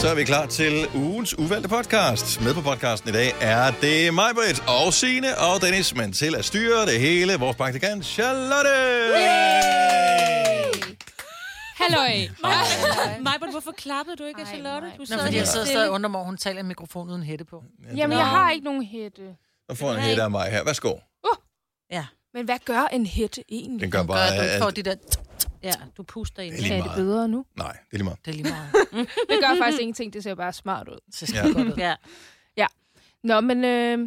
så er vi klar til ugens uvalgte podcast. Med på podcasten i dag er det mig, Britt, og Signe og Dennis, men til at styre det hele, vores praktikant Charlotte. Halløj. Majbert, hvorfor klappede du ikke af Charlotte? Du Nå, sad fordi jeg helt sidder stille. stadig under mig, hun taler i en mikrofon uden hætte på. Jamen, jeg har ikke nogen hætte. Nu får en hætte af mig her. Værsgo. Ja, Men hvad gør en hætte egentlig? Den gør hun gør, bare... at du ikke får alt- de der... Ja, du puster ind. Det er lige Er det meget. bedre nu? Nej, det er lige meget. Det er lige meget. Det gør faktisk ingenting, det ser bare smart ud. Så skal Ja. ja. godt ud. Ja. Nå, men øh,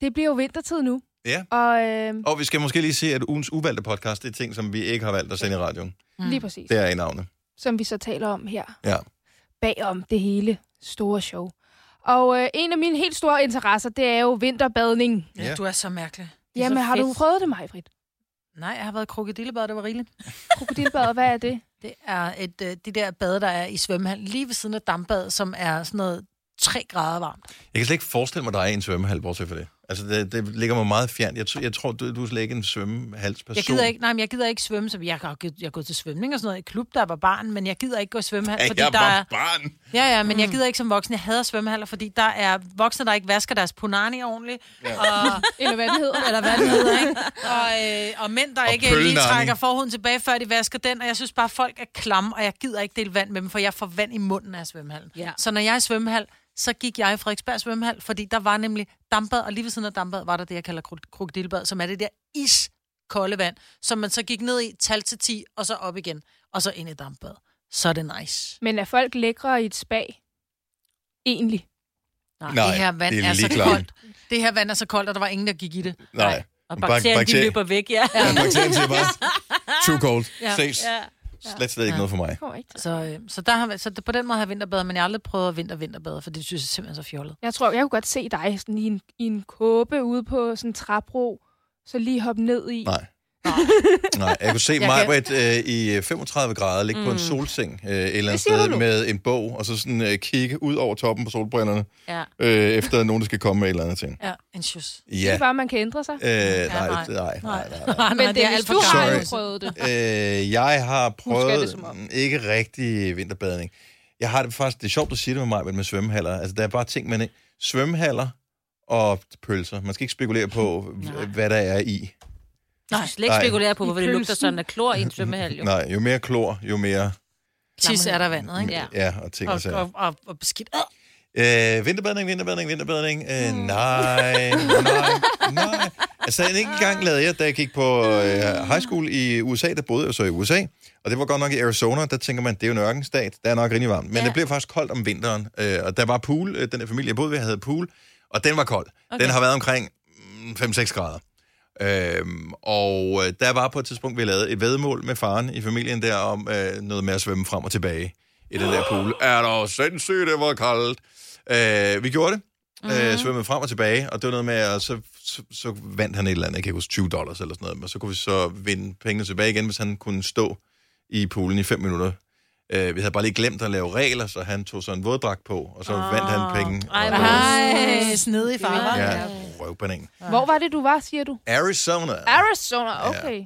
det bliver jo vintertid nu. Ja. Og øh, Og vi skal måske lige se, at ugens uvalgte podcast, det er ting, som vi ikke har valgt at sende i radioen. Mm. lige præcis, Det er i navnet. som vi så taler om her. Ja. Bagom det hele store show. Og øh, en af mine helt store interesser, det er jo vinterbadning. Ja. Ja, du er så mærkelig. er så Jamen, har du fedt. prøvet det, Majfrit? Nej, jeg har været i krokodillebad, det var rigeligt. Krokodilbad, hvad er det? Det er et, øh, de der bade, der er i svømmehallen, lige ved siden af dampbadet, som er sådan noget 3 grader varmt. Jeg kan slet ikke forestille mig dig i en svømmehal, bortset fra det. Altså, det, det ligger mig meget fjernt. Jeg, t- jeg tror, du, du er slet ikke en svømmehalsperson. Jeg gider ikke, nej, men jeg gider ikke svømme, så jeg har gået- jeg har gået til svømning og sådan noget i klub, der var barn, men jeg gider ikke gå i svømmehal, fordi jeg der var er, barn. ja, ja, Mm. men jeg gider ikke som voksen, jeg hader svømmehaller, fordi der er voksne, der ikke vasker deres punani ordentligt, ja. og, Eller hvad det hedder? eller hvad det hedder, ikke? Og, øh, og mænd, der og ikke lige pølnarni. trækker forhuden tilbage, før de vasker den, og jeg synes bare, folk er klamme, og jeg gider ikke dele vand med dem, for jeg får vand i munden af svømmehallen. Ja. Så når jeg er i svømmehal, så gik jeg i Frederiksberg svømmehal, fordi der var nemlig dampbad, og lige ved siden af dampbad var der det, jeg kalder kro- krokodilbad, som er det der iskolde vand, som man så gik ned i, tal til 10, og så op igen, og så ind i dampbad. Så er det nice. Men er folk lækre i et spag? Egentlig. Nej, Nej, det her vand det det er er, er så ligeglad. koldt. Det her vand er så koldt, og der var ingen, der gik i det. Nej. Og Bak- bakterien, bakterie- de løber væk, ja. Ja, bakterien siger bare, too cold. Ja. Ses. ja. Slet, slet ikke Ja. noget for mig. Kommer ikke til. Så, øh, så, der har, været- så det, på den måde har jeg vinterbadet, men jeg har aldrig prøvet at vinter vinterbade, for det synes jeg simpelthen er så fjollet. Jeg tror, jeg kunne godt se dig sådan i en, i en kåbe ude på sådan en trapro, så lige hoppe ned i. Nej. Nej, jeg kunne se kan- mig øh, i øh, 35 grader ligge mm. på en solseng øh, et eller andet siger sted du nu. med en bog, og så sådan øh, kigge ud over toppen på solbrillerne, ja. øh, efter nogen, der skal komme med et eller andet ting. Ja, en tjus. Det Ja. er bare, man kan ændre sig. Øh, nej, nej, nej. nej, nej, nej. Nej, Men det, er alt hvis for du har jo gammelt. prøvet det. Øh, jeg har det prøvet som om. ikke rigtig vinterbadning. Jeg har det faktisk, det er sjovt, du siger det med mig, men med svømmehaller. Altså, der er bare ting, man ikke... Svømmehaller og pølser. Man skal ikke spekulere på, Nej. hvad der er i. Nej, jeg skal slet ikke Nej. spekulere på, hvorfor I det lugter pølsen. sådan af klor i en svømmehal, jo. Nej, jo mere klor, jo mere... Tis er der vandet, ikke? Ja. Ja, og ting og, Og, sager. og, og, og beskidt. Øh, Øh, vinterbadning, vinterbadning, vinterbadning. Øh, nej, nej, nej. Altså, en enkelt gang lavede jeg, da jeg gik på øh, high school i USA, der boede jeg så i USA, og det var godt nok i Arizona, der tænker man, det er jo en ørkenstat, der er nok rimelig varmt. Men ja. Ja. det blev faktisk koldt om vinteren, øh, og der var pool, øh, den der familie, jeg boede ved, havde pool, og den var kold. Okay. Den har været omkring mm, 5-6 grader. Øhm, og øh, der var på et tidspunkt, vi lavede et vedmål med faren i familien der om øh, noget med at svømme frem og tilbage i den der pool. Er der sindssygt, det var koldt. Øh, vi gjorde det. Mm-hmm. Øh, svømmede frem og tilbage, og det var noget med, at så, så, så vandt han et eller andet, jeg kan ikke huske, 20 dollars eller sådan noget, men så kunne vi så vinde pengene tilbage igen, hvis han kunne stå i poolen i 5 minutter. Øh, vi havde bare lige glemt at lave regler, så han tog så en våddragt på, og så vandt han penge. Ej, og, hvor Ej, snedig far. hva'? ja, røvbanan. Hvor var det, du var, siger du? Arizona. Arizona, okay.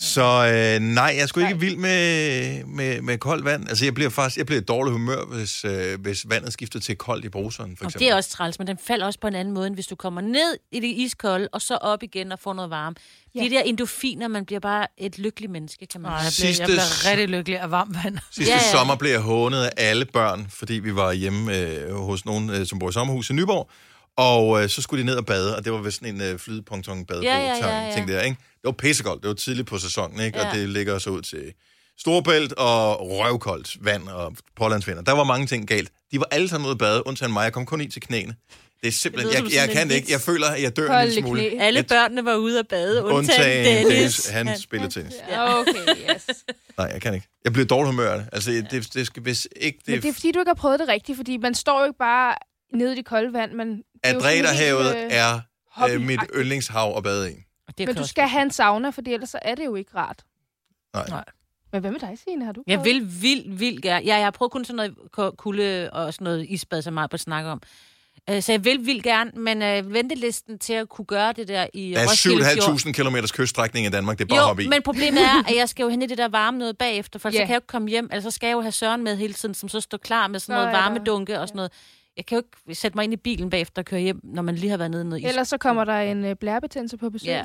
Så øh, nej, jeg er sgu ikke vild med, med, med koldt vand. Altså, jeg bliver faktisk jeg bliver i dårlig humør, hvis, øh, hvis vandet skifter til koldt i bruseren, for Og eksempel. det er også træls, men den falder også på en anden måde, end hvis du kommer ned i det iskolde, og så op igen og får noget varme. Ja. De der endofiner, man bliver bare et lykkeligt menneske, kan man Nej, sige. jeg bliver, Sidste- jeg bliver rigtig lykkelig af varmt vand. Sidste Ja, ja, ja. ja. sommer blev jeg hånet af alle børn, fordi vi var hjemme øh, hos nogen, øh, som bor i sommerhus i Nyborg. Og øh, så skulle de ned og bade, og det var vist sådan en øh, flydeponton badebro Ja, ja, ja, ja. ting der, ikke? Det var pissekoldt, det var tidligt på sæsonen, ikke? Ja. Og Ja. det ligger så ud til Storbælt og røvkoldt vand og pålandsvinder. Der var mange ting galt. De var alle sammen ude at bade, undtagen mig. Jeg kom kun i til knæene. Det er simpelthen, Det jeg, jeg, lyder som jeg sådan kan en det ikke. Jeg føler, at jeg dør en Kolde lille smule. knæ. Alle Et- børnene var ude at bade, undtagen, Undtagen Dennis. Dennis. Han Han- spiller tennis. Okay, yes. Nej, jeg kan ikke. Jeg bliver i dårlig humør. af det. Altså, det, det skal, hvis ikke Men det... det er, fordi du ikke har prøvet det rigtigt, fordi man står jo ikke bare nede i det kolde vand, men... det er jo sådan Adrætterhavet helt, øh, er øh, mit hobbyagtigt. yndlingshav at bade i. Det Men kan du også- skal have en sauna, for ellers så er det jo ikke rart. Nej. Nej. Men hvad med dig, Signe? Har du Jeg prøvet vil vildt, vildt gerne. Ja, jeg har prøvet kun sådan noget ku- kulde og sådan noget isbad, som Marbert snakker om. Øh, så jeg vil vildt gerne, men øh, ventelisten til at kunne gøre det der i Der er Roskilde Fjord... 7.500 km kyststrækning i Danmark, det er bare Jo, hoppe i. men problemet er, at jeg skal jo hen i det der varme noget bagefter, for yeah. så Ja. kan jeg jo ikke komme hjem, eller så skal jeg jo have Søren med hele tiden, som så står klar med sådan Nå, noget ja. varmedunke og sådan noget. Jeg kan jo ikke sætte mig ind i bilen bagefter og køre hjem, når man lige har været nede i noget is. Ellers så kommer der en øh, blærebetændelse på besøg. Ja,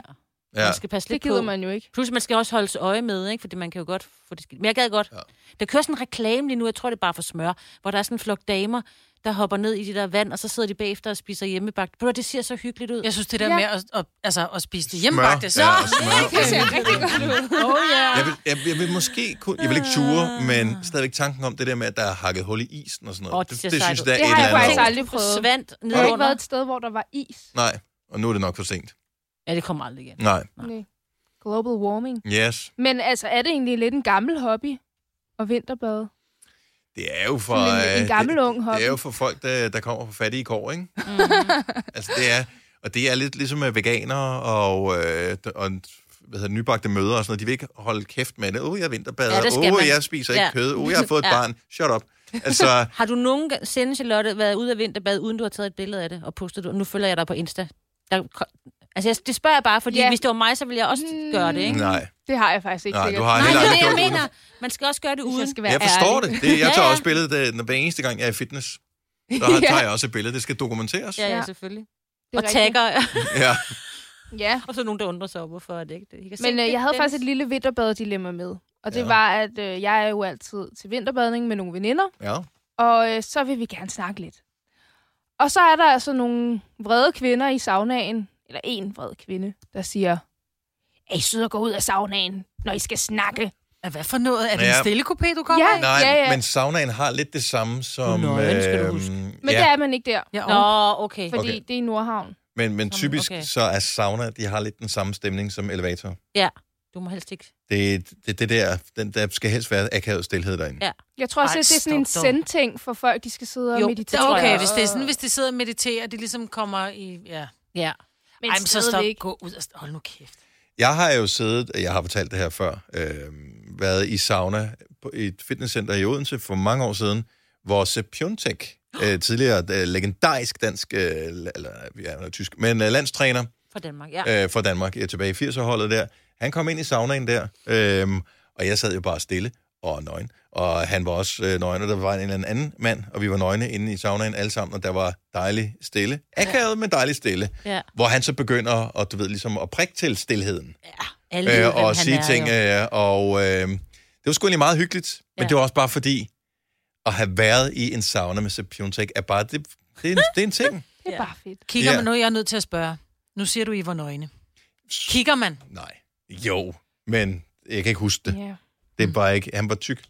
Ja. man skal passe Det lidt gider på. man jo ikke. Plus, man skal også holde sig øje med, ikke? fordi man kan jo godt få det skidt. Men jeg gad godt. Ja. Ja. Der kører sådan en reklame lige nu, jeg tror, det er bare for smør, hvor der er sådan en flok damer, der hopper ned i det der vand, og så sidder de bagefter og spiser hjemmebagt. Bro, det ser så hyggeligt ud. Jeg synes, det der Ja. med at, at, altså, at spise det Smør, hjemme, faktisk. ja, og smør. Det ser rigtig godt ud. Oh, yeah. Jeg vil, jeg, jeg vil måske kunne, jeg vil ikke ture, men stadigvæk tanken om det der med, at der er hakket hul i isen og sådan noget. Åh, det ser det sejt synes ud. jeg, der er Det et har jeg eller andet. faktisk over. aldrig prøvet. Forsvandt ned Der har ikke under. været et sted, hvor der var is. Nej, og nu er det nok for sent. Ja, det kommer aldrig igen. Nej, Nej. Nej. Global warming. yes. Men altså, er det egentlig lidt en gammel hobby at vinterbade? Det er jo for... Sådan øh, en, en gammel det, ung hobby. det er jo for folk, der, der kommer fra fattige kår, ikke? Mhm. altså, det er... Og det er lidt ligesom med veganere og, øh, og hvad hedder, det, nybagte møder og sådan noget. De vil ikke holde kæft med det. Åh, oh, jeg vinterbader. Ja, det skal Åh, oh, man. jeg spiser ikke Ja. kød. Åh, oh, jeg har fået et Ja. barn. Shut up. Altså, Har du nogen gang- sinde, Charlotte, været ude af vinterbad, uden du har taget et billede af det og postet det? Nu følger jeg dig på Insta. Der, altså, jeg, det spørger jeg bare, fordi Ja. Mm. ja. hvis det var mig, så ville jeg også gøre det, ikke? nej. Det har jeg faktisk ikke Nej, sikkert. du har Nej, heller det er aldrig det, gjort jeg det. mener. Man skal også gøre det Hvis uden. jeg skal være Jeg forstår ærlig. det. det jeg Ja, tager ja. også billedet, øh, når hver eneste gang jeg er i fitness. Der Ja. tager jeg også et billede. Det skal dokumenteres. Ja, ja, Ja. selvfølgelig. Det er Og rigtigt. tagger, Ja. Ja, og så er nogen, der undrer sig over, hvorfor er det ikke det. I kan se, men øh, det jeg havde er faktisk et lille vinterbadedilemma med. Og det Ja. ja. var, at øh, jeg er jo altid til vinterbadning med nogle veninder, ja. og øh, så vil vi gerne snakke lidt. Og så er der altså nogle vrede kvinder i saunaen, eller en vred kvinde, der siger, er I søde at gå ud af saunaen, når I skal snakke? Er hvad for noget? Er det Ja. en stille coupé, du kommer Ja. i? Nej, Ja, ja. men saunaen har lidt det samme som... øhm, Nøgen skal du huske. Men, Men ja. det er man ikke der, Ja, og- Nå, okay. fordi Okay. okay. det er i Nordhavn. men, men Som- typisk okay. okay. så er sauna, de har lidt den samme stemning som elevator. Du må helst ikke. Det, det, det der, den, der skal helst være akavet stillhed derinde. Ja. Jeg tror også, Ej, at det er sådan en stop dog. sendting for folk, de skal sidde og Jo, Det meditere. er okay, jeg. hvis det er sådan, hvis de sidder og mediterer, de ligesom kommer i... Ja. Ja. Men Ej, men så stop. stadigvæk. Gå ud og... Hold nu kæft. Jeg har jo siddet, jeg har fortalt det her før, øh, været i sauna på et fitnesscenter i Odense for mange år siden, hvor Sepp Piontek, øh, tidligere øh, legendarisk dansk, øh, la- eller ja, han er tysk, men øh, landstræner For Danmark, ja. øh, for Danmark, øh, tilbage i 80'er-holdet der, han kom ind i saunaen der, øh, og jeg sad jo bare stille og nøgen, og han var også øh, nøgen, og der var en eller anden mand, og vi var nøgne inde i saunaen alle sammen, og der var dejlig stille, akavet, men dejlig stille, ja. hvor han så begynder at, du ved, ligesom at prikke til stillheden Alle ved, øh, hvem og han sige er, ting. jo. Øh, og øh, det var sgu egentlig meget hyggeligt, men Ja. det var også bare fordi, at have været i en sauna med Sepp Piontek, er bare, det, det, er, en, det er en ting. Det er Ja. bare fedt. Kigger Ja. man nu, jeg er nødt til at spørge. Nu siger du, I var nøgne. Kigger man? Nej. Jo, men jeg kan ikke huske det. Ja. Det er bare ikke, han var tyk.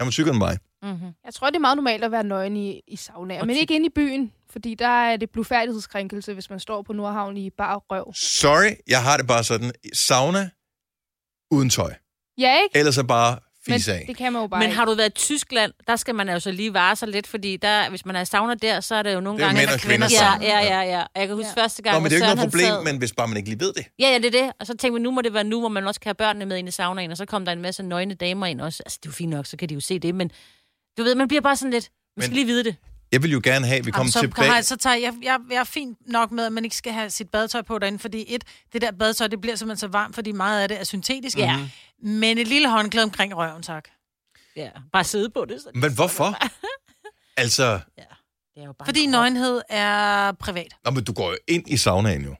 Han var tykkere end mig. Mm-hmm. Jeg tror, det er meget normalt at være nøgen i, i saunaer, Og men tyk. ikke inde i byen, fordi der er det blufærdighedskrænkelse, hvis man står på Nordhavn i bare røv. Sorry, jeg har det bare sådan. Sauna uden tøj. Ja, ikke? Ellers er bare Men fis af. det kan man jo bare Men ikke. har du været i Tyskland, der skal man jo så lige vare sig lidt, fordi der, hvis man er i sauna der, så er det jo nogle Det er jo gange... mænd og kvinder ja, sammen. ja, ja, ja. Og Jeg kan huske Ja. første gang, Nå, men det er jo hvor ikke Søren, noget han problem, sad- men hvis bare man ikke lige ved det. Ja, ja, det er det. Og så tænkte vi, nu må det være nu, hvor man også kan have børnene med ind i saunaen, og så kom der en masse nøgne damer ind også. Altså, det er jo fint nok, så kan de jo se det, men du ved, man bliver bare sådan lidt... Man skal Men- lige vide det. Jeg vil jo gerne have, at vi Jamen, kommer så, tilbage. Nej, så tager jeg, jeg, jeg er fint nok med, at man ikke skal have sit badetøj på derinde, fordi et, det der badetøj, det bliver simpelthen så varmt, fordi meget af det er syntetisk. Ja. Mhm. Men et lille håndklæde omkring røven, tak. Ja, bare sidde på det. Så Men hvorfor? Altså, Det er jo bare Fordi en krop. nøgenhed er privat nå, men du går jo ind i saunaen jo.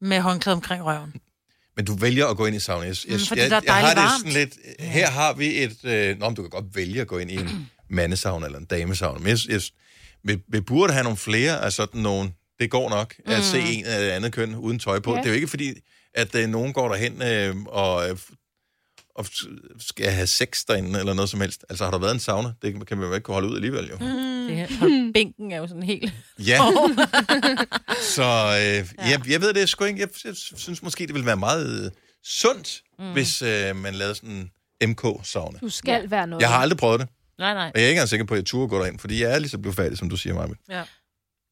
med håndklæde omkring røven. Men du vælger at gå ind i sauna. Jeg, jeg, Mm, fordi jeg, der er jeg har dejligt det varmt. sådan lidt... øh, Her har vi et... Øh, nå, men du kan godt vælge at gå ind i en mandesauna eller en damesauna. Men jeg, jeg, vi, vi burde have nogle flere af sådan nogle... Det går nok at Mm. se en af det andet køn uden tøj på. Ja. Det er jo ikke fordi, at øh, nogen går derhen øh, og, øh, og skal have sex derinde eller noget som helst. Altså, har der været en sauna? Det kan man jo ikke kunne holde ud alligevel, Mm. jo. Det her, hold, bænken er jo sådan helt... Ja. så øh, jeg, jeg ved det sgu ikke. Jeg, jeg synes måske, det ville være meget øh, sundt, mm. hvis øh, man lavede sådan en MK-sauna. Du skal ja. være noget. Jeg har aldrig prøvet det, Nej, nej. og jeg er ikke engang sikker på, at jeg turde gå derind, fordi jeg er lige så blevet færdig, som du siger, Marvind.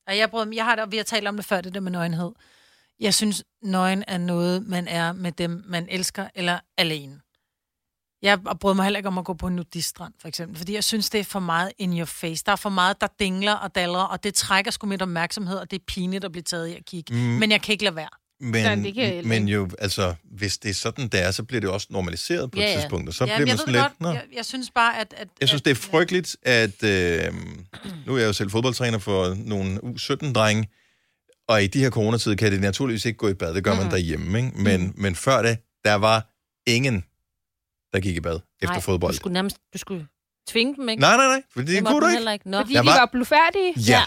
Og jeg, brød, jeg har det, og vi har talt om det før, det der med nøgenhed. Jeg synes, nøgen er noget, man er med dem, man elsker, eller alene. Jeg brød mig heller ikke om at gå på en nudistrand, for eksempel, fordi jeg synes, det er for meget in your face. Der er for meget, der dingler og daller, og det trækker sgu mit opmærksomhed, og det er pinligt at blive taget i at kigge. Mm. Men jeg kan ikke lade være. Men, Nej, det kan jeg heller men jo, altså, hvis det er sådan, det er, så bliver det jo også normaliseret på Ja, et ja. tidspunkt, og så ja, bliver men jeg man ved sådan det lidt... godt. "Nå." Jeg, jeg, synes bare, at... at Jeg synes, at, det er frygteligt, at... Øh, nu er jeg jo selv fodboldtræner for nogle U17-drenge, og i de her coronatider kan det naturligvis ikke gå i bad. Det gør mm. man Mhm. derhjemme, ikke? Men, mm. men før det, der var ingen, der gik i bad efter Nej, fodbold. Du skulle nærmest du skulle tvinge dem, ikke? Nej, nej, nej, fordi det måtte kunne du man ikke. heller ikke. Nå. Fordi Jeg de var- var blufærdige. Ja,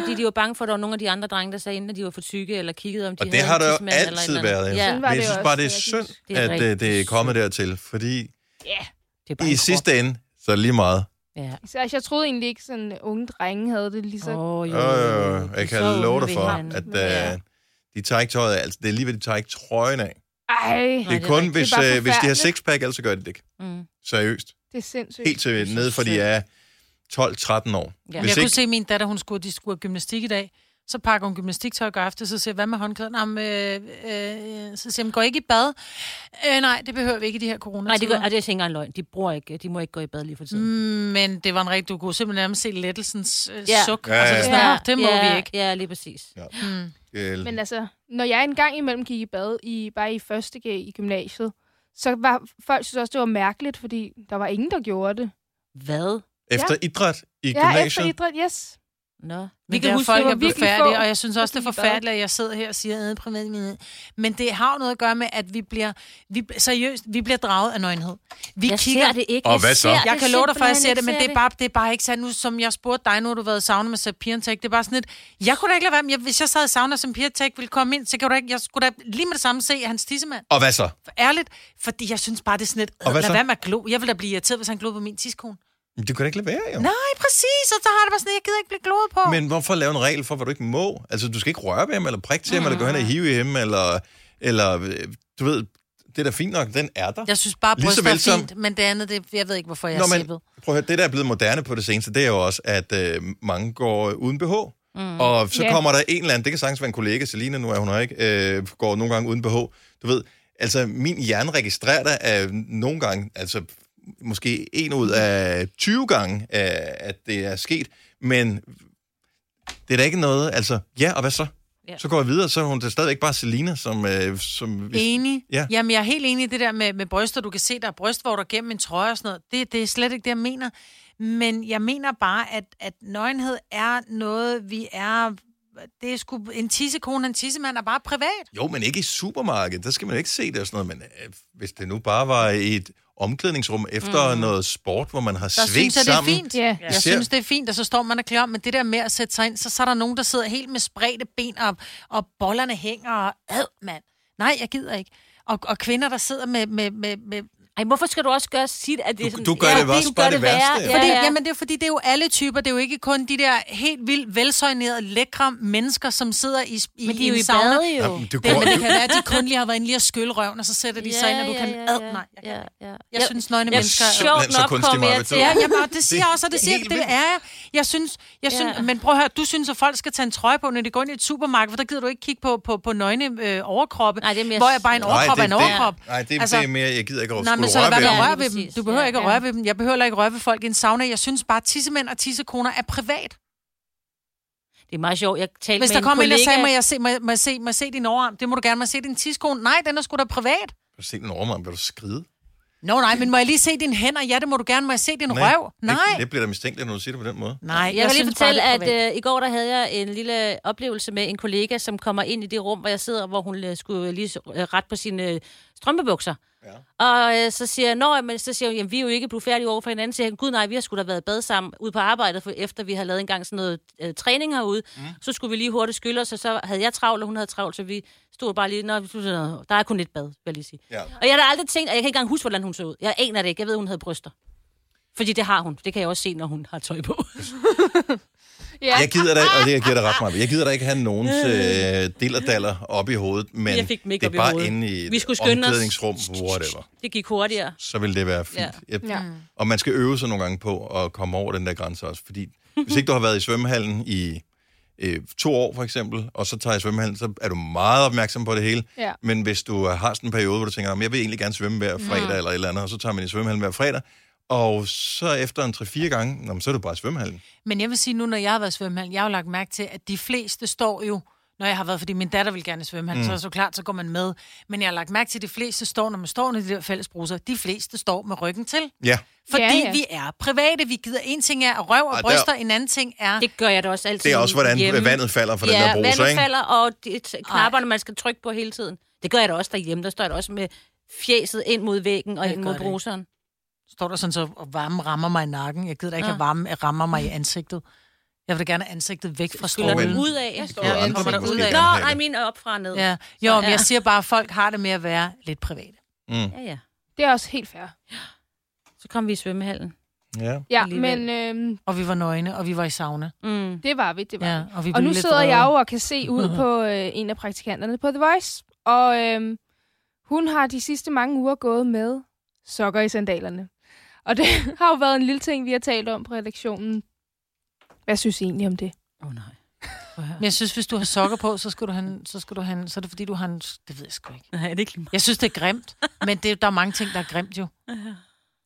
Fordi de var bange for, at der var nogle af de andre drenge, der sagde, inden at de var for tykke, eller kiggede om de og det havde har der jo tidsmand eller et altid eller andet. været. Ja, Sådan var Men det jeg synes også, bare, det er jeg synes. synd, Det er at øh, det er rigtig kommet dertil, fordi Ja. det er bare i en sidste ende, så er det lige meget. krop. Ja. Især, jeg troede egentlig ikke, sådan unge drenge havde det lige så... Oh, Jo, jo, jo. Jeg kan love dig for, hinanden. at øh, de tager ikke tøjet af. Altså, det er lige ved, de tager ikke trøjen af. Ej, Det Nej, er det er kun, rigtigt. hvis, Det er bare øh, hvis de har forfærdeligt. sexpack, ellers så gør de det ikke. Mm. Seriøst. det er sindssygt. Helt til nede, for de er 12-13 år. Ja. Hvis jeg Hvis ikke... kunne ikke, se min datter, hun skulle, de skulle have gymnastik i dag. Så pakker hun gymnastiktøj og går efter, så siger jeg, hvad med håndklæderne? Jamen, øh, øh, så siger hun, går ikke i bad? Øh, nej, det behøver vi ikke i de her corona Nej, det, gør, og det er ikke engang løgn. De, bruger ikke, de må ikke gå i bad lige for Mm. tiden. Men det var en rigtig, du kunne simpelthen nærmest se lettelsens øh, Ja. suk. Ja, ja, Ja, ja. ja. Sådan, "Ah, det må ja, vi ikke. Ja, lige præcis. Mm. øh, Men altså, når jeg engang imellem gik i bad, i, bare i første G i gymnasiet, så var folk synes også, det var mærkeligt, fordi der var ingen, der gjorde det. Hvad? efter idræt i Ja, efter gymnasiet. idræt, yes. Nå. Men det er folk, var jeg er virkelig færdige, få, og jeg synes også, det der er gik i bad. forfærdeligt, at jeg sidder her og siger, øh, privat minhed. Men det har jo noget at gøre med, at vi bliver, vi, seriøst, vi bliver draget af nøgenhed. Vi Jeg kigger, ser det ikke. Og hvad Jeg så? ser Jeg det kan love dig for, at jeg simpelthen ser det, ikke, men ser det er, bare, det er bare ikke sandt nu, som jeg spurgte dig nu, har du har været i sauna med Sat Pirentek. Det er bare sådan et, jeg kunne da ikke lade være med, jeg- hvis jeg sad i sauna som Pirentek ville komme ind, så kan du da ikke, jeg skulle da lige med det samme se hans tissemand. Og hvad så? For ærligt, fordi jeg synes bare, det er sådan et, Og øh, hvad lad så? være med at glo. Jeg vil da blive irriteret, hvis han glod på min tidskone. Men Det kunne da ikke lade være, jo. Nej, præcis, og så har det bare sådan, jeg gider ikke blive gloet på. Men hvorfor lave en regel for, hvad du ikke må? Altså, du skal ikke røre ved ham, eller prikke til ham, eller gå hen og hive i ham, eller, eller øh, du ved, det er da fint nok, den er der. jeg synes bare, Lige så bryster vel er som- fint, men det andet, det, jeg ved ikke, hvorfor jeg Nå, er men- sippet. Prøv at høre, det, der er blevet moderne på det seneste, det er jo også, at øh, mange går uden BH. Mm. Og så Ja. kommer der en eller anden, det kan sagtens være en kollega, Selina nu er hun her ikke, øh, går nogle gange uden BH. Du ved, altså min hjerne registrerer dig af nogle gange, altså måske en ud af 20 gange, øh, at det er sket, men det er da ikke noget, altså ja, og hvad så? Ja. Så går jeg videre, så er hun da stadigvæk bare Selina, som... Øh, som Enig. Ja. Ja. Jamen, jeg er helt enig i det der med, med bryster. Du kan se, der er brystvorter gennem en trøje og sådan noget. Det, det er slet ikke det, jeg mener. Men jeg mener bare, at, at nøgenhed er noget, vi er... Det er sgu en tissekone, og en tissemand er bare privat. Jo, men ikke i supermarkedet. Der skal man ikke se det og sådan noget. Men øh, hvis det nu bare var i et omklædningsrum efter mm. noget sport, hvor man har Der svedt synes jeg, det er sammen. fint. Ja. Jeg Især- synes, det er fint, og så står man og klæder om, men det der med at sætte sig ind, så, så er der nogen, der sidder helt med spredte ben, og, og bollerne hænger, og ad, mand. Nej, jeg gider ikke. Og, og kvinder, der sidder med, med, med, med Ej, hvorfor skal du også gøre sit, at det Du- er sådan... du gør det fordi også du bare gør det værste, værre. jo. Fordi, Ja, ja. ja. Jamen, det er fordi, det er jo alle typer. Det er jo ikke kun de der helt vildt velsøjnerede, lækre mennesker, som sidder i, i Men de er jo en i sauna. bad, jo. Jamen, du Det, går, men det du, kan være, at de kun lige har været inde lige og skylle røven, og så sætter de sig ind, og du kan... Ad, nej, jeg, kan. ja, ja. jeg synes, nøgne jeg, mennesker... er- Sjovt Simpelthen så nok kunstig, kommer jeg Maja, til... ved Ja, Ja, du. ja. jamen, og det siger Det jeg er også, og det, siger, helt det er vildt. jeg. Jeg synes, jeg synes Ja. men prøv at høre, du synes, at folk skal tage en trøje på, når de går ind i et supermarked, for der gider du ikke kigge på, på, på nøgne øh, overkroppe, Nej, det er mere- hvor jeg bare en Nej, overkrop er en det, overkrop. det, nej, det, altså, Altså- det er mere, jeg gider ikke at Nej, men skulle så lad røre være ved Ja, med at ham. røre lige ved dem. præcis. Du behøver Ja, ikke at ja. røre ved dem. Jeg behøver ikke at røre ved folk i en sauna. Jeg synes bare, at tissemænd og tissekoner er privat. Det er meget sjovt. Jeg talte Hvis med der en kommer ind og kollega- sagde, må jeg se, må, jeg- må, jeg se, må jeg se din overarm? Det må du gerne. Må jeg se din tidskone? Nej, den er sgu da privat. Prøv at Se den overmand, vil du skride? Nå nej, men må jeg lige se dine hænder? Ja, det må du gerne. Må jeg se din røv? Det, Nej. det bliver da mistænkeligt, når du siger det på den måde. Nej, Jeg, jeg vil lige synes bare, fortælle, det er privat. at øh, i går der havde jeg en lille oplevelse med en kollega, som kommer ind i det rum, hvor jeg sidder, hvor hun øh, skulle lige øh, ret på sine øh, strømpebukser. Ja. Og øh, så siger jeg, Nå, men så siger hun, jamen, vi er jo ikke blevet færdige over for hinanden. Så siger jeg, gud nej, vi har skulle da været i bad sammen ude på arbejdet, for efter vi havde lavet engang sådan noget øh, træning herude, mm. så skulle vi lige hurtigt skylde os, og så havde jeg travlt, og hun havde travlt, så vi stod bare lige, Nå, der er kun lidt bad, vil jeg lige sige. Ja. Og jeg har da aldrig tænkt, og jeg kan ikke engang huske, hvordan hun så ud. Jeg aner det ikke. Jeg ved, hun havde bryster. Fordi det har hun. Det kan jeg også se, når hun har tøj på. Ja. Jeg gider da, og det jeg giver dig ret meget. Jeg gider da ikke have nogens øh, dillerdaller op i hovedet, men Jeg fik dem det ikke er op i bare hovedet. inde i et Vi skulle skynde os. omklædningsrum, whatever. Det gik hurtigere. Så vil det være fint. Ja. Ja. Og man skal øve sig nogle gange på at komme over den der grænse også, fordi hvis ikke du har været i svømmehallen i øh, to år for eksempel, og så tager jeg svømmehallen, så er du meget opmærksom på det hele. Ja. Men hvis du har sådan en periode, hvor du tænker, "Jamen, jeg vil egentlig gerne svømme hver fredag mm. eller et eller andet, og så tager man i svømmehallen hver fredag, og så efter en 3-4 gange, nå, men så er du bare i svømmehallen. øh- Men jeg vil sige nu, når jeg har været i svømmehallen, jeg har jo lagt mærke til, at de fleste står jo, når jeg har været, fordi min datter vil gerne i svømmehallen, mm. så er det så klart, så går man med. Men jeg har lagt mærke til, at de fleste står, når man står under de der fællesbruser, de fleste står med ryggen til. Ja, Fordi ja, Ja, ja. ja. vi er private, vi gider. En ting er røv og Ej, der- bryster, en anden ting er... Det gør jeg da også altid det er også, hvordan hjemme. hjemme. vandet falder for den ja, der bruser, vandet ikke? falder, og de t- knapperne, man skal trykke på hele tiden. Det gør jeg da også derhjemme. Der står jeg da også med fjeset ind mod væggen og Jeg ind gør mod det. bruseren. står der sådan så, og varme rammer mig i nakken. Jeg gider da ikke, at Ah. varme rammer mig i ansigtet. Jeg vil da gerne have ansigtet væk fra Skylder strålen. den ud af. Jeg står Ja, andre kommer ting der ud måske af. gerne Nå, have nej, det. min er op fra og ned. Ja. Jo, men ja. jeg siger bare, at folk har det med at være lidt private. Mm. ja, ja. Det er også helt fair. Så kom vi i svømmehallen. Ja. Ja, Alligevel. men øhm, Og vi var nøgne, og vi var i sauna. Mm. det var vi, det var Ja, ja. og vi Og blev nu lidt sidder vrede. jeg jo og kan se ud på øh, en af praktikanterne på The Voice, og øhm, hun har de sidste mange uger gået med sokker i sandalerne. Og det har jo været en lille ting, vi har talt om på redaktionen. Hvad synes I egentlig om det? Åh, oh, nej. Men jeg synes, hvis du har sokker på, så skal du have, en- så skal du have, en- så er det fordi, du har en, det ved jeg sgu ikke. Nej, det er ikke lige meget. Jeg synes, det er grimt, men det, der er mange ting, der er grimt jo.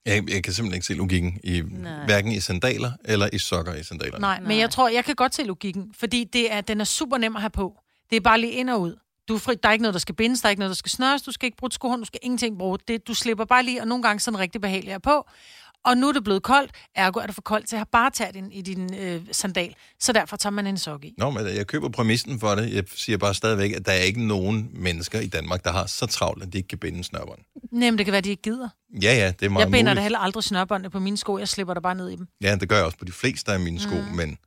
Jeg, jeg kan simpelthen ikke se logikken, i, Nej. hverken i sandaler eller i sokker i sandaler. Nej, men Nej. jeg tror, jeg kan godt se logikken, fordi det er, den er super nem at have på. Det er bare lige ind og ud. Du er fri, der er ikke noget, der skal bindes, der er ikke noget, der skal snøres, du skal ikke bruge et skohorn, du skal ingenting bruge. Det, du slipper bare lige, og nogle gange sådan rigtig behageligt at have på. Og nu er det blevet koldt, ergo er det for koldt til at have bare taget den i din øh, sandal. Så derfor tager man en sok i. Nå, men jeg køber præmissen for det. Jeg siger bare stadigvæk, at der er ikke nogen mennesker i Danmark, der har så travlt, at de ikke kan binde snørbånd. Nemt, det kan være, de ikke gider. Ja, ja, det er meget Jeg binder det muligt. heller aldrig snørbåndene på mine sko, jeg slipper det bare ned i dem. Ja, det gør jeg også på de fleste af mine sko, mm. men,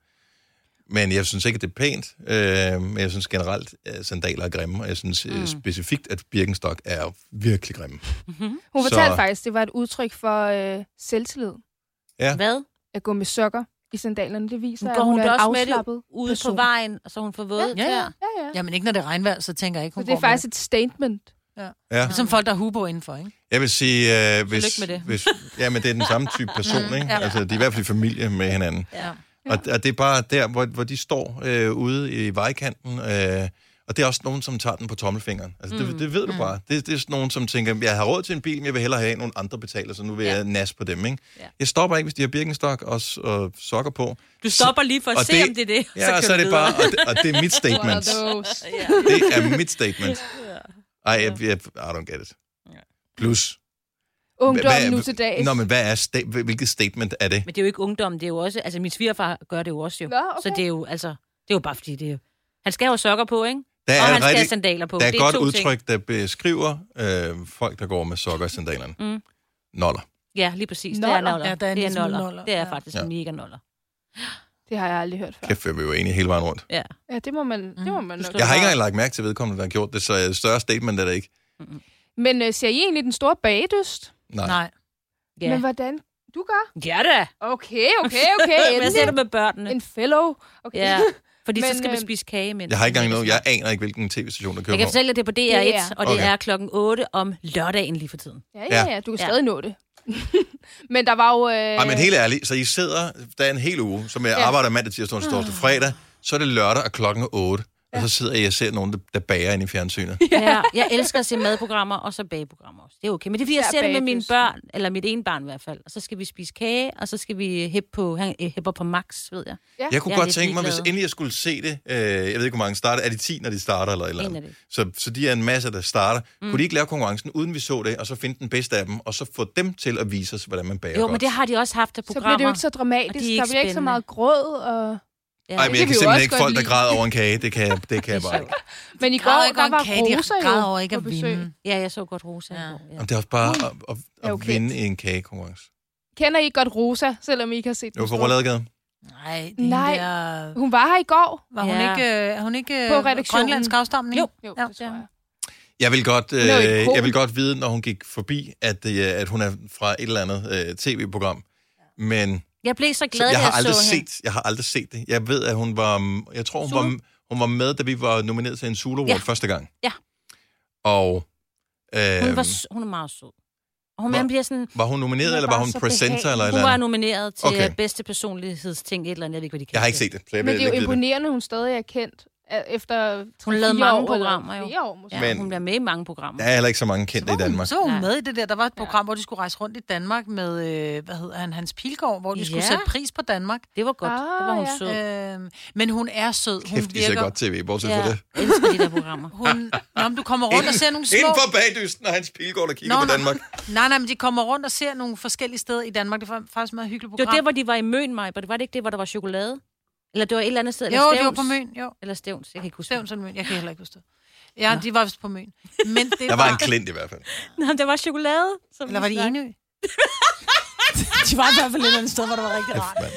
men jeg synes ikke, at det er pænt. Øh, men jeg synes generelt, at sandaler er grimme, og jeg synes mm. specifikt, at Birkenstock er virkelig grimme. Mm-hmm. Hun Så- fortalte faktisk, at det var et udtryk for øh, selvtillid Ja. Hvad? at gå med sokker i sandalerne. Det viser, Nu at går hun, hun er da en også med det afslappet Ude person. på vejen, og så hun får våde Ja, ja. tæer. Ja, ja. Jamen ikke, når det er regnvejr, så tænker jeg ikke, Så hun det er går med faktisk et statement. Ja. det. Som folk, der har hue på indenfor, ikke? Jeg vil sige, øh, hvis, med det. hvis... Ja, men det er den samme type person, ikke? Ja. Altså, de er i hvert fald i familie med hinanden. Ja. Og, og det er bare der, hvor, hvor de står øh, ude i vejkanten, øh, og det er også nogen, som tager den på tommelfingeren. Altså, mm. det, det ved du bare. Det, det er sådan nogen, som tænker, jeg har råd til en bil, men jeg vil hellere have, at nogle andre betaler, så nu vil ja. jeg nas på dem. Ikke? Ja. Ja. Jeg stopper ikke, hvis de har birkenstok og, s- og sokker på. Du stopper lige for at Og se, om det er det. Ja, så, og så er det bare, og det, og det er mit statement. det er mit statement. Ej, jeg, jeg, I don't get it. Plus, Ungdommen nu til dags. Nå, men hvad er sta- hvilket statement er det? Men det er jo ikke ungdommen, det er jo også... Altså, min svigerfar gør det jo også jo. Nå, okay. Så det er jo, altså... Det er jo bare fordi, det er jo... Han skal have sokker på, ikke? Der og han et skal rigtig- have sandaler på. Der er det et er godt to udtryk, Ting. der beskriver øh, folk, der går med sokker i sandalerne. Mm. Mm. Noller. Ja, lige præcis. Det er Noller. noller. Ja, der er en det lille ligesom er smule noller. noller. Det er Ja. faktisk Ja. en mega noller. Det har jeg aldrig hørt før. Kæft, hvor er vi jo enige hele vejen rundt. Ja. Ja, det må man, det må Mm. man nok. Jeg har ikke engang lagt mærke til vedkommende, der har gjort det, så øh, større statement er det ikke. Men øh, ser I egentlig den store bagdyst? Nej. Nej. Nej. Ja. Ja. Men hvordan? Du gør? ja da. Okay, okay, okay. Hvad endelig. siger du med børnene? En fellow. Okay. Ja, fordi så Men, skal vi øh, spise kage imens. Jeg har ikke engang noget. Jeg aner ikke, hvilken tv-station, der kører Jeg kan på. fortælle dig, det er på DR1, Det er. og det Okay. er klokken 8 om lørdagen lige for tiden. ja, ja, ja. Du kan stadig nå det. men der var jo... Øh, Ej, men helt ærligt, så I sidder, der er en hel uge, som jeg ja. Ja. arbejder mandag, tirsdag, onsdag, Ah. torsdag, fredag, så er det lørdag og klokken 8, og så sidder jeg og ser nogen, der, der bager ind i fjernsynet. Ja, jeg elsker at se madprogrammer, og så bageprogrammer også. Det er okay, men det er fordi, jeg Især ser det med mine bagedysten. børn, eller mit ene barn i hvert fald. Og så skal vi spise kage, og så skal vi hæppe på, han øh, hæpper på max, ved jeg. Jeg kunne Jeg jeg er godt lidt tænke mig, hvis ligeglad. endelig jeg skulle se det, øh, jeg ved ikke, hvor mange starter, er de 10, når de starter, eller et eller En af andet? det. Så, så de er en masse, der starter. Mm. Kunne de ikke lave konkurrencen, uden vi så det, og så finde den bedste af dem, og så få dem til at vise os, hvordan man bager Jo, godt? men det har de også haft af så bliver programmer. det jo ikke så og dramatisk. de er ikke der bliver ikke så spændende. meget gråd. Og... ja. Ej, men det jeg kan kan vi jo simpelthen også ikke godt folk, der lide. græder over en kage. Det kan, det kan jeg Det er bare ikke. Men i De går, græder ikke der over var en kage, roser de jo græder over ikke på at besøg. vinde. ja, jeg så godt Rosa. i går, Ja. Jamen, det er også bare at, at, at okay. Ja, okay. vinde en kagekonkurrence. Kender I godt Rosa, selvom I ikke har set Jo, den for store? Rulladegade. Nej, den Nej. Der, Hun var her i går. Var hun Ja. ikke, øh, er hun ikke På øh, redaktionen. grønlandsk afstamning? Jo. Jo, Ja. det tror jeg. Jeg vil, godt, øh, er jo et ikon. jeg vil godt vide, når hun gik forbi, at, øh, at hun er fra et eller andet øh, tv-program. Men Jeg blev så glad, jeg da har jeg aldrig så hende. set, jeg har aldrig set det. Jeg ved, at hun var, mm, jeg tror, hun var, Zulu? hun var med, da vi var nomineret til en Zulu Award Ja. første gang. Ja. Og, øh, Hun, var, s- hun er meget sød. Og hun, Hvor- han bliver sådan, Var hun nomineret, Hun er eller var bare hun så presenter? behagelig. Eller, et hun eller var andet? nomineret til Okay. okay. bedste personlighedsting, et eller andet, jeg ved ikke, hvad de Jeg har ikke set det, så jeg Men ved det er jo ikke, hvad det imponerende, hun stadig er kendt øh, efter Hun lavede fire mange år, eller programmer, jo. Fire år, måske. Ja, Men- men... hun bliver med i mange programmer. Der er heller ikke så mange kendte i Danmark. Så var hun Nej. med i det der. Der var et program, hvor de skulle rejse rundt i Danmark med, øh, hvad hedder han, Hans Pilgaard, hvor de skulle Ja. sætte pris på Danmark. Det var godt. Ah, det var hun ja. sød. Øh, men hun er sød. Hun Kæft, de ser godt tv, bortset fra det. Jeg elsker de der programmer. Hun, nå, men du kommer rundt og ser nogle små... Inden for bagdysten og Hans Pilgaard, der kigger Nå, på nå. Danmark. Nej, nej, men de kommer rundt og ser nogle forskellige steder i Danmark. Det var faktisk et meget hyggeligt Det var program. der, hvor de var i Møn, Maj, var det var det ikke det, hvor der var chokolade? Eller det var et eller andet sted? Eller jo, Stævns. det var på Møn. Jo, Eller Stævns, jeg kan ikke huske. Stævns eller Møn. Jeg kan heller ikke huske det. Ja, de var vist på Møn. Men det Der var en klint i hvert fald. Nej, der var chokolade. Som Eller var det Enø? De var i hvert fald et eller andet sted, hvor der var rigtig rart. mand.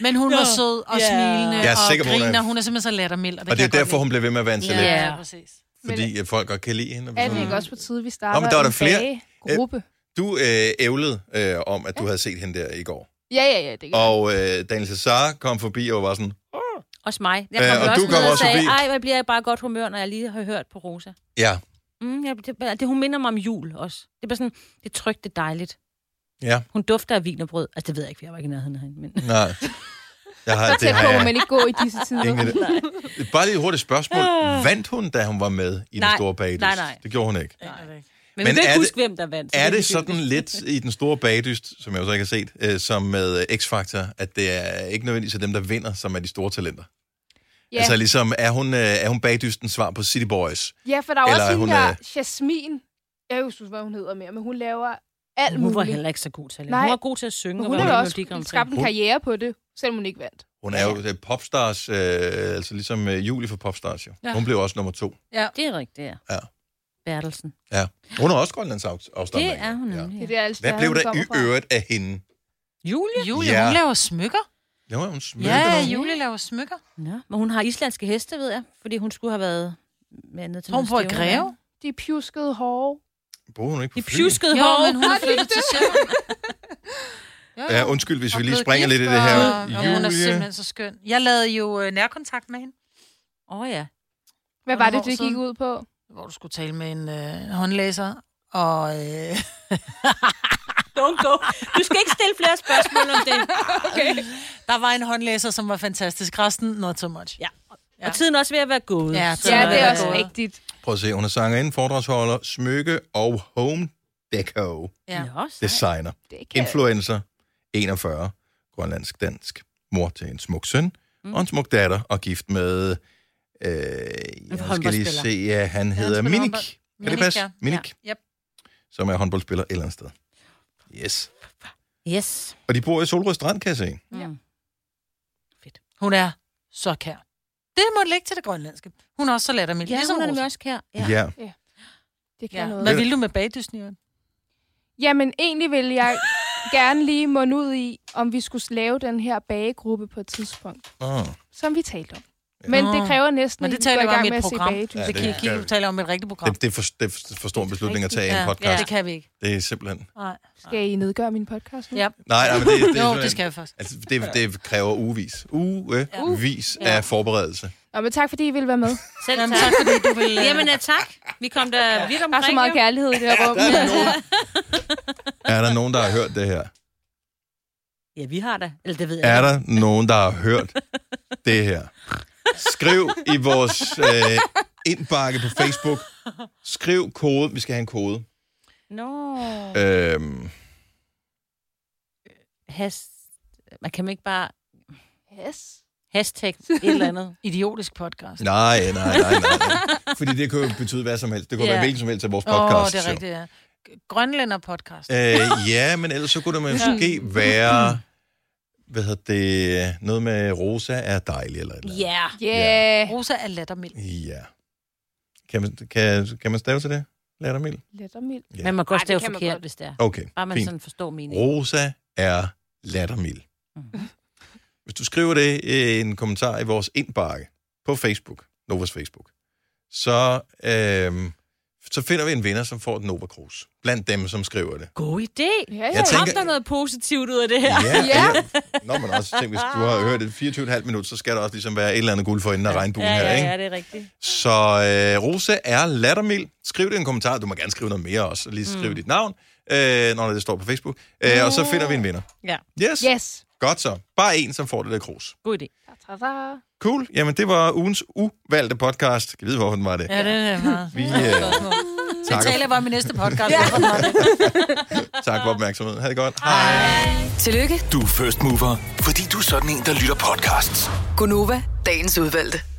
Men hun var Nå. sød og Ja. smilende Jeg er og sikker på, hun er- griner. Hun er... hun er simpelthen så lattermild. Og, det Og det er kan jeg godt derfor, hun blev ved med at være en celeb, lide. Ja. Ja, præcis. fordi øh, folk godt kan lide hende. og Er sådan det noget. ikke også på tide, vi Nå, starter men der var der en flere. gruppe? Du øh, ævlede øh, om, at du havde set hende der i går. Ja, ja, ja, det kan jeg. Og øh, Daniel Cesar kom forbi og var sådan, Også mig. Jeg Ja, kom Øh, og du jo også kom ned og også sagde, forbi. ej, hvor bliver jeg bare i godt humør, når jeg lige har hørt på Rosa. ja, Mm, jeg, det, det, hun minder mig om jul også. Det er bare sådan, det er trygt, det er dejligt. ja, Hun dufter af vin og brød. Altså, det ved jeg ikke, for jeg var ikke i nærheden af hende. Men... nej. Jeg har, det Tæt har på, jeg men ikke gå i disse tider. ingen idé. Bare lige et hurtigt spørgsmål. Vandt hun, da hun var med i den Nej, store bagdyst? nej, nej. Det gjorde hun ikke. Men, Men men vi kan er ikke det- huske, hvem der vandt. så Er er det ligegyldigt. sådan lidt i den store bagdyst, som jeg jo så ikke har set, øh, som med øh, X-Factor, at det er ikke nødvendigvis at dem, der vinder, som er de store talenter? Ja. Altså ligesom, er hun, øh, er hun bagdystens svar på City Boys? Ja, for der er jo Eller også er hende hun, der, øh, Jasmin. Jeg kan ikke huske, hvad hun hedder mere, men hun laver alt Hun var muligt. heller ikke så god til at lave. Nej. Hun var god til at synge. Men og hun være har jo med i Melodi også Grand Prix. skabt en Hun- karriere på det, selvom hun ikke vandt. Hun er jo øh, popstars, øh, altså ligesom øh, Julie fra Popstars jo. Ja. Ja. Hun blev også nummer to. Det er rigtigt, ja. Ja. Bertelsen. Ja. Hun er også Grønlands afs- afstamning. Det er hun Ja. nemlig. Det er Ja. der, alle Hvad stjerner, blev hun der kommer fra. i øret af hende? Julie? Julie, Ja. hun laver smykker. Ja, hun smykker Ja, noget. Julie laver smykker. Ja. Men hun har islandske heste, ved jeg, fordi hun skulle have været med ned til Tror hun på noget at stævne. greve? De er pjuskede hårde. Bor hun ikke De på fly? pjuskede Jo, hår. men hun er flyttet til Sjælland. Jo, jo. Ja, undskyld, hvis vi Og lige blevet springer lidt i gift, det her. og- og Hun er Julie. simpelthen så skøn. Jeg lavede jo øh, nærkontakt med hende, Åh oh, ja. Hvad Nogle var det, år det gik siden. ud på? hvor du skulle tale med en øh, håndlæser. Og øh, Don't go. Du skal ikke stille flere spørgsmål om det. Okay. der var en håndlæser, som var fantastisk. Resten, not so much. Ja. Og tiden er også ved at være gået. Ja, så- Ja, det er øh, også øh, rigtigt. Prøv at se, hun er sangerinde, foredragsholder, smykke og home deco Ja. Nå, sejt. designer. Det kan Influencer, 41, grønlandsk-dansk, mor til en smuk søn mm. og en smuk datter, og gift med, øh, jeg skal lige håndboldspiller. se, ja, han han hedder spiller Minik. håndbold. Kan det Minik, passe? ja. Minik, Ja. Yep. som er håndboldspiller et eller andet sted. Yes. Yes. Og de bor i Solrød Strand, kan jeg se. Ja. Mm. Hun er så kær. Det må ligge til det grønlandske. Hun er også så lattermild. Ja, ligesom hun er nemlig Rosa. også her. Ja. ja. det kan Ja. noget. Hvad vil du med bagdysten, Jørgen? Jamen, egentlig ville jeg gerne lige munde ud i, om vi skulle lave den her bagegruppe på et tidspunkt, Oh. som vi talte om. Men det kræver næsten, Men det at vi taler går i bare om gang et med at se program. bagedyst. Ja, det, det kan I gør ikke vi. du taler om et rigtigt program. Det, det, er for, det er for stor en beslutning at tage i Ja, en Ja, podcast. det kan vi ikke. Det er simpelthen... Nej. Skal I nedgøre min podcast nu? Ja. Nej, nej, men det, det, er Jo, simpelthen- det skal vi først. Altså, det, det kræver ugevis. Ugevis ja. af forberedelse. Nå, men tak, fordi I ville være med. Selv Jamen, tak. tak fordi du vil... øh, Jamen, ja, tak. Vi kom der vidt Der er omkring. så meget jo. kærlighed i det her rum. Er der nogen, der har hørt det her? Ja, vi har da. Eller det ved jeg Er ikke. der nogen, der har hørt det her? Skriv i vores øh, indbakke på Facebook. Skriv kode. Vi skal have en kode. Nå. Øhm, Hast. Man kan man ikke bare Yes. hashtag et eller andet. Idiotisk podcast. nej, nej, nej, nej. Fordi det kan jo betyde hvad som helst. Det kunne yeah. Ja. være hvilken som helst af vores Åh, podcast. oh, det er rigtigt, ja. Grønlænder podcast. Øh, ja, men ellers så kunne det måske være... Hvad hedder det? Noget med Rosa er dejlig eller et eller andet. Ja. Yeah. Rosa er lattermild. Ja. Kan man, kan, kan man stave til det? Lad dig mild. Let og mild. Ja. Man må godt Ej, det stave kan man forkert, godt. hvis det er. Okay, Bare man fint. sådan forstår meningen. Rosa er lattermild. Mhm. Mm. Hvis du skriver det i en kommentar i vores indbakke på Facebook, Novas Facebook, så øh, så finder vi en vinder, som får et Nova Cruz. Blandt dem, som skriver det. God idé. Ja, ja. Jeg Kom tænker- der noget positivt ud af det her. Ja, Ja. ja. Nå, men også tænk, hvis du har hørt det 24,5 minutter, så skal der også ligesom være et eller andet guld for enden af regnbuen ja, her, ikke? ja, ja, det er rigtigt. Så øh, Rosa er lattermild. Skriv det i en kommentar. Du må gerne skrive noget mere også. Lige skriv mm. dit navn, øh, når det står på Facebook. Øh, og så finder vi en vinder. Ja, Yes. Yes. Godt så. Bare en, som får det der krus. god idé. Ta-ta-ta. Cool. Jamen, det var ugens uvalgte podcast. Kan I vide, hvorfor den var det? Ja, det er meget. Vi øh, Spørgsmål. Det takker, taler jeg bare om i næste podcast. hvorfor den var det. tak for opmærksomheden. Ha' det godt. Hej. Tillykke, Du er first mover, fordi du er sådan en, der lytter podcasts. Gunova, dagens udvalgte.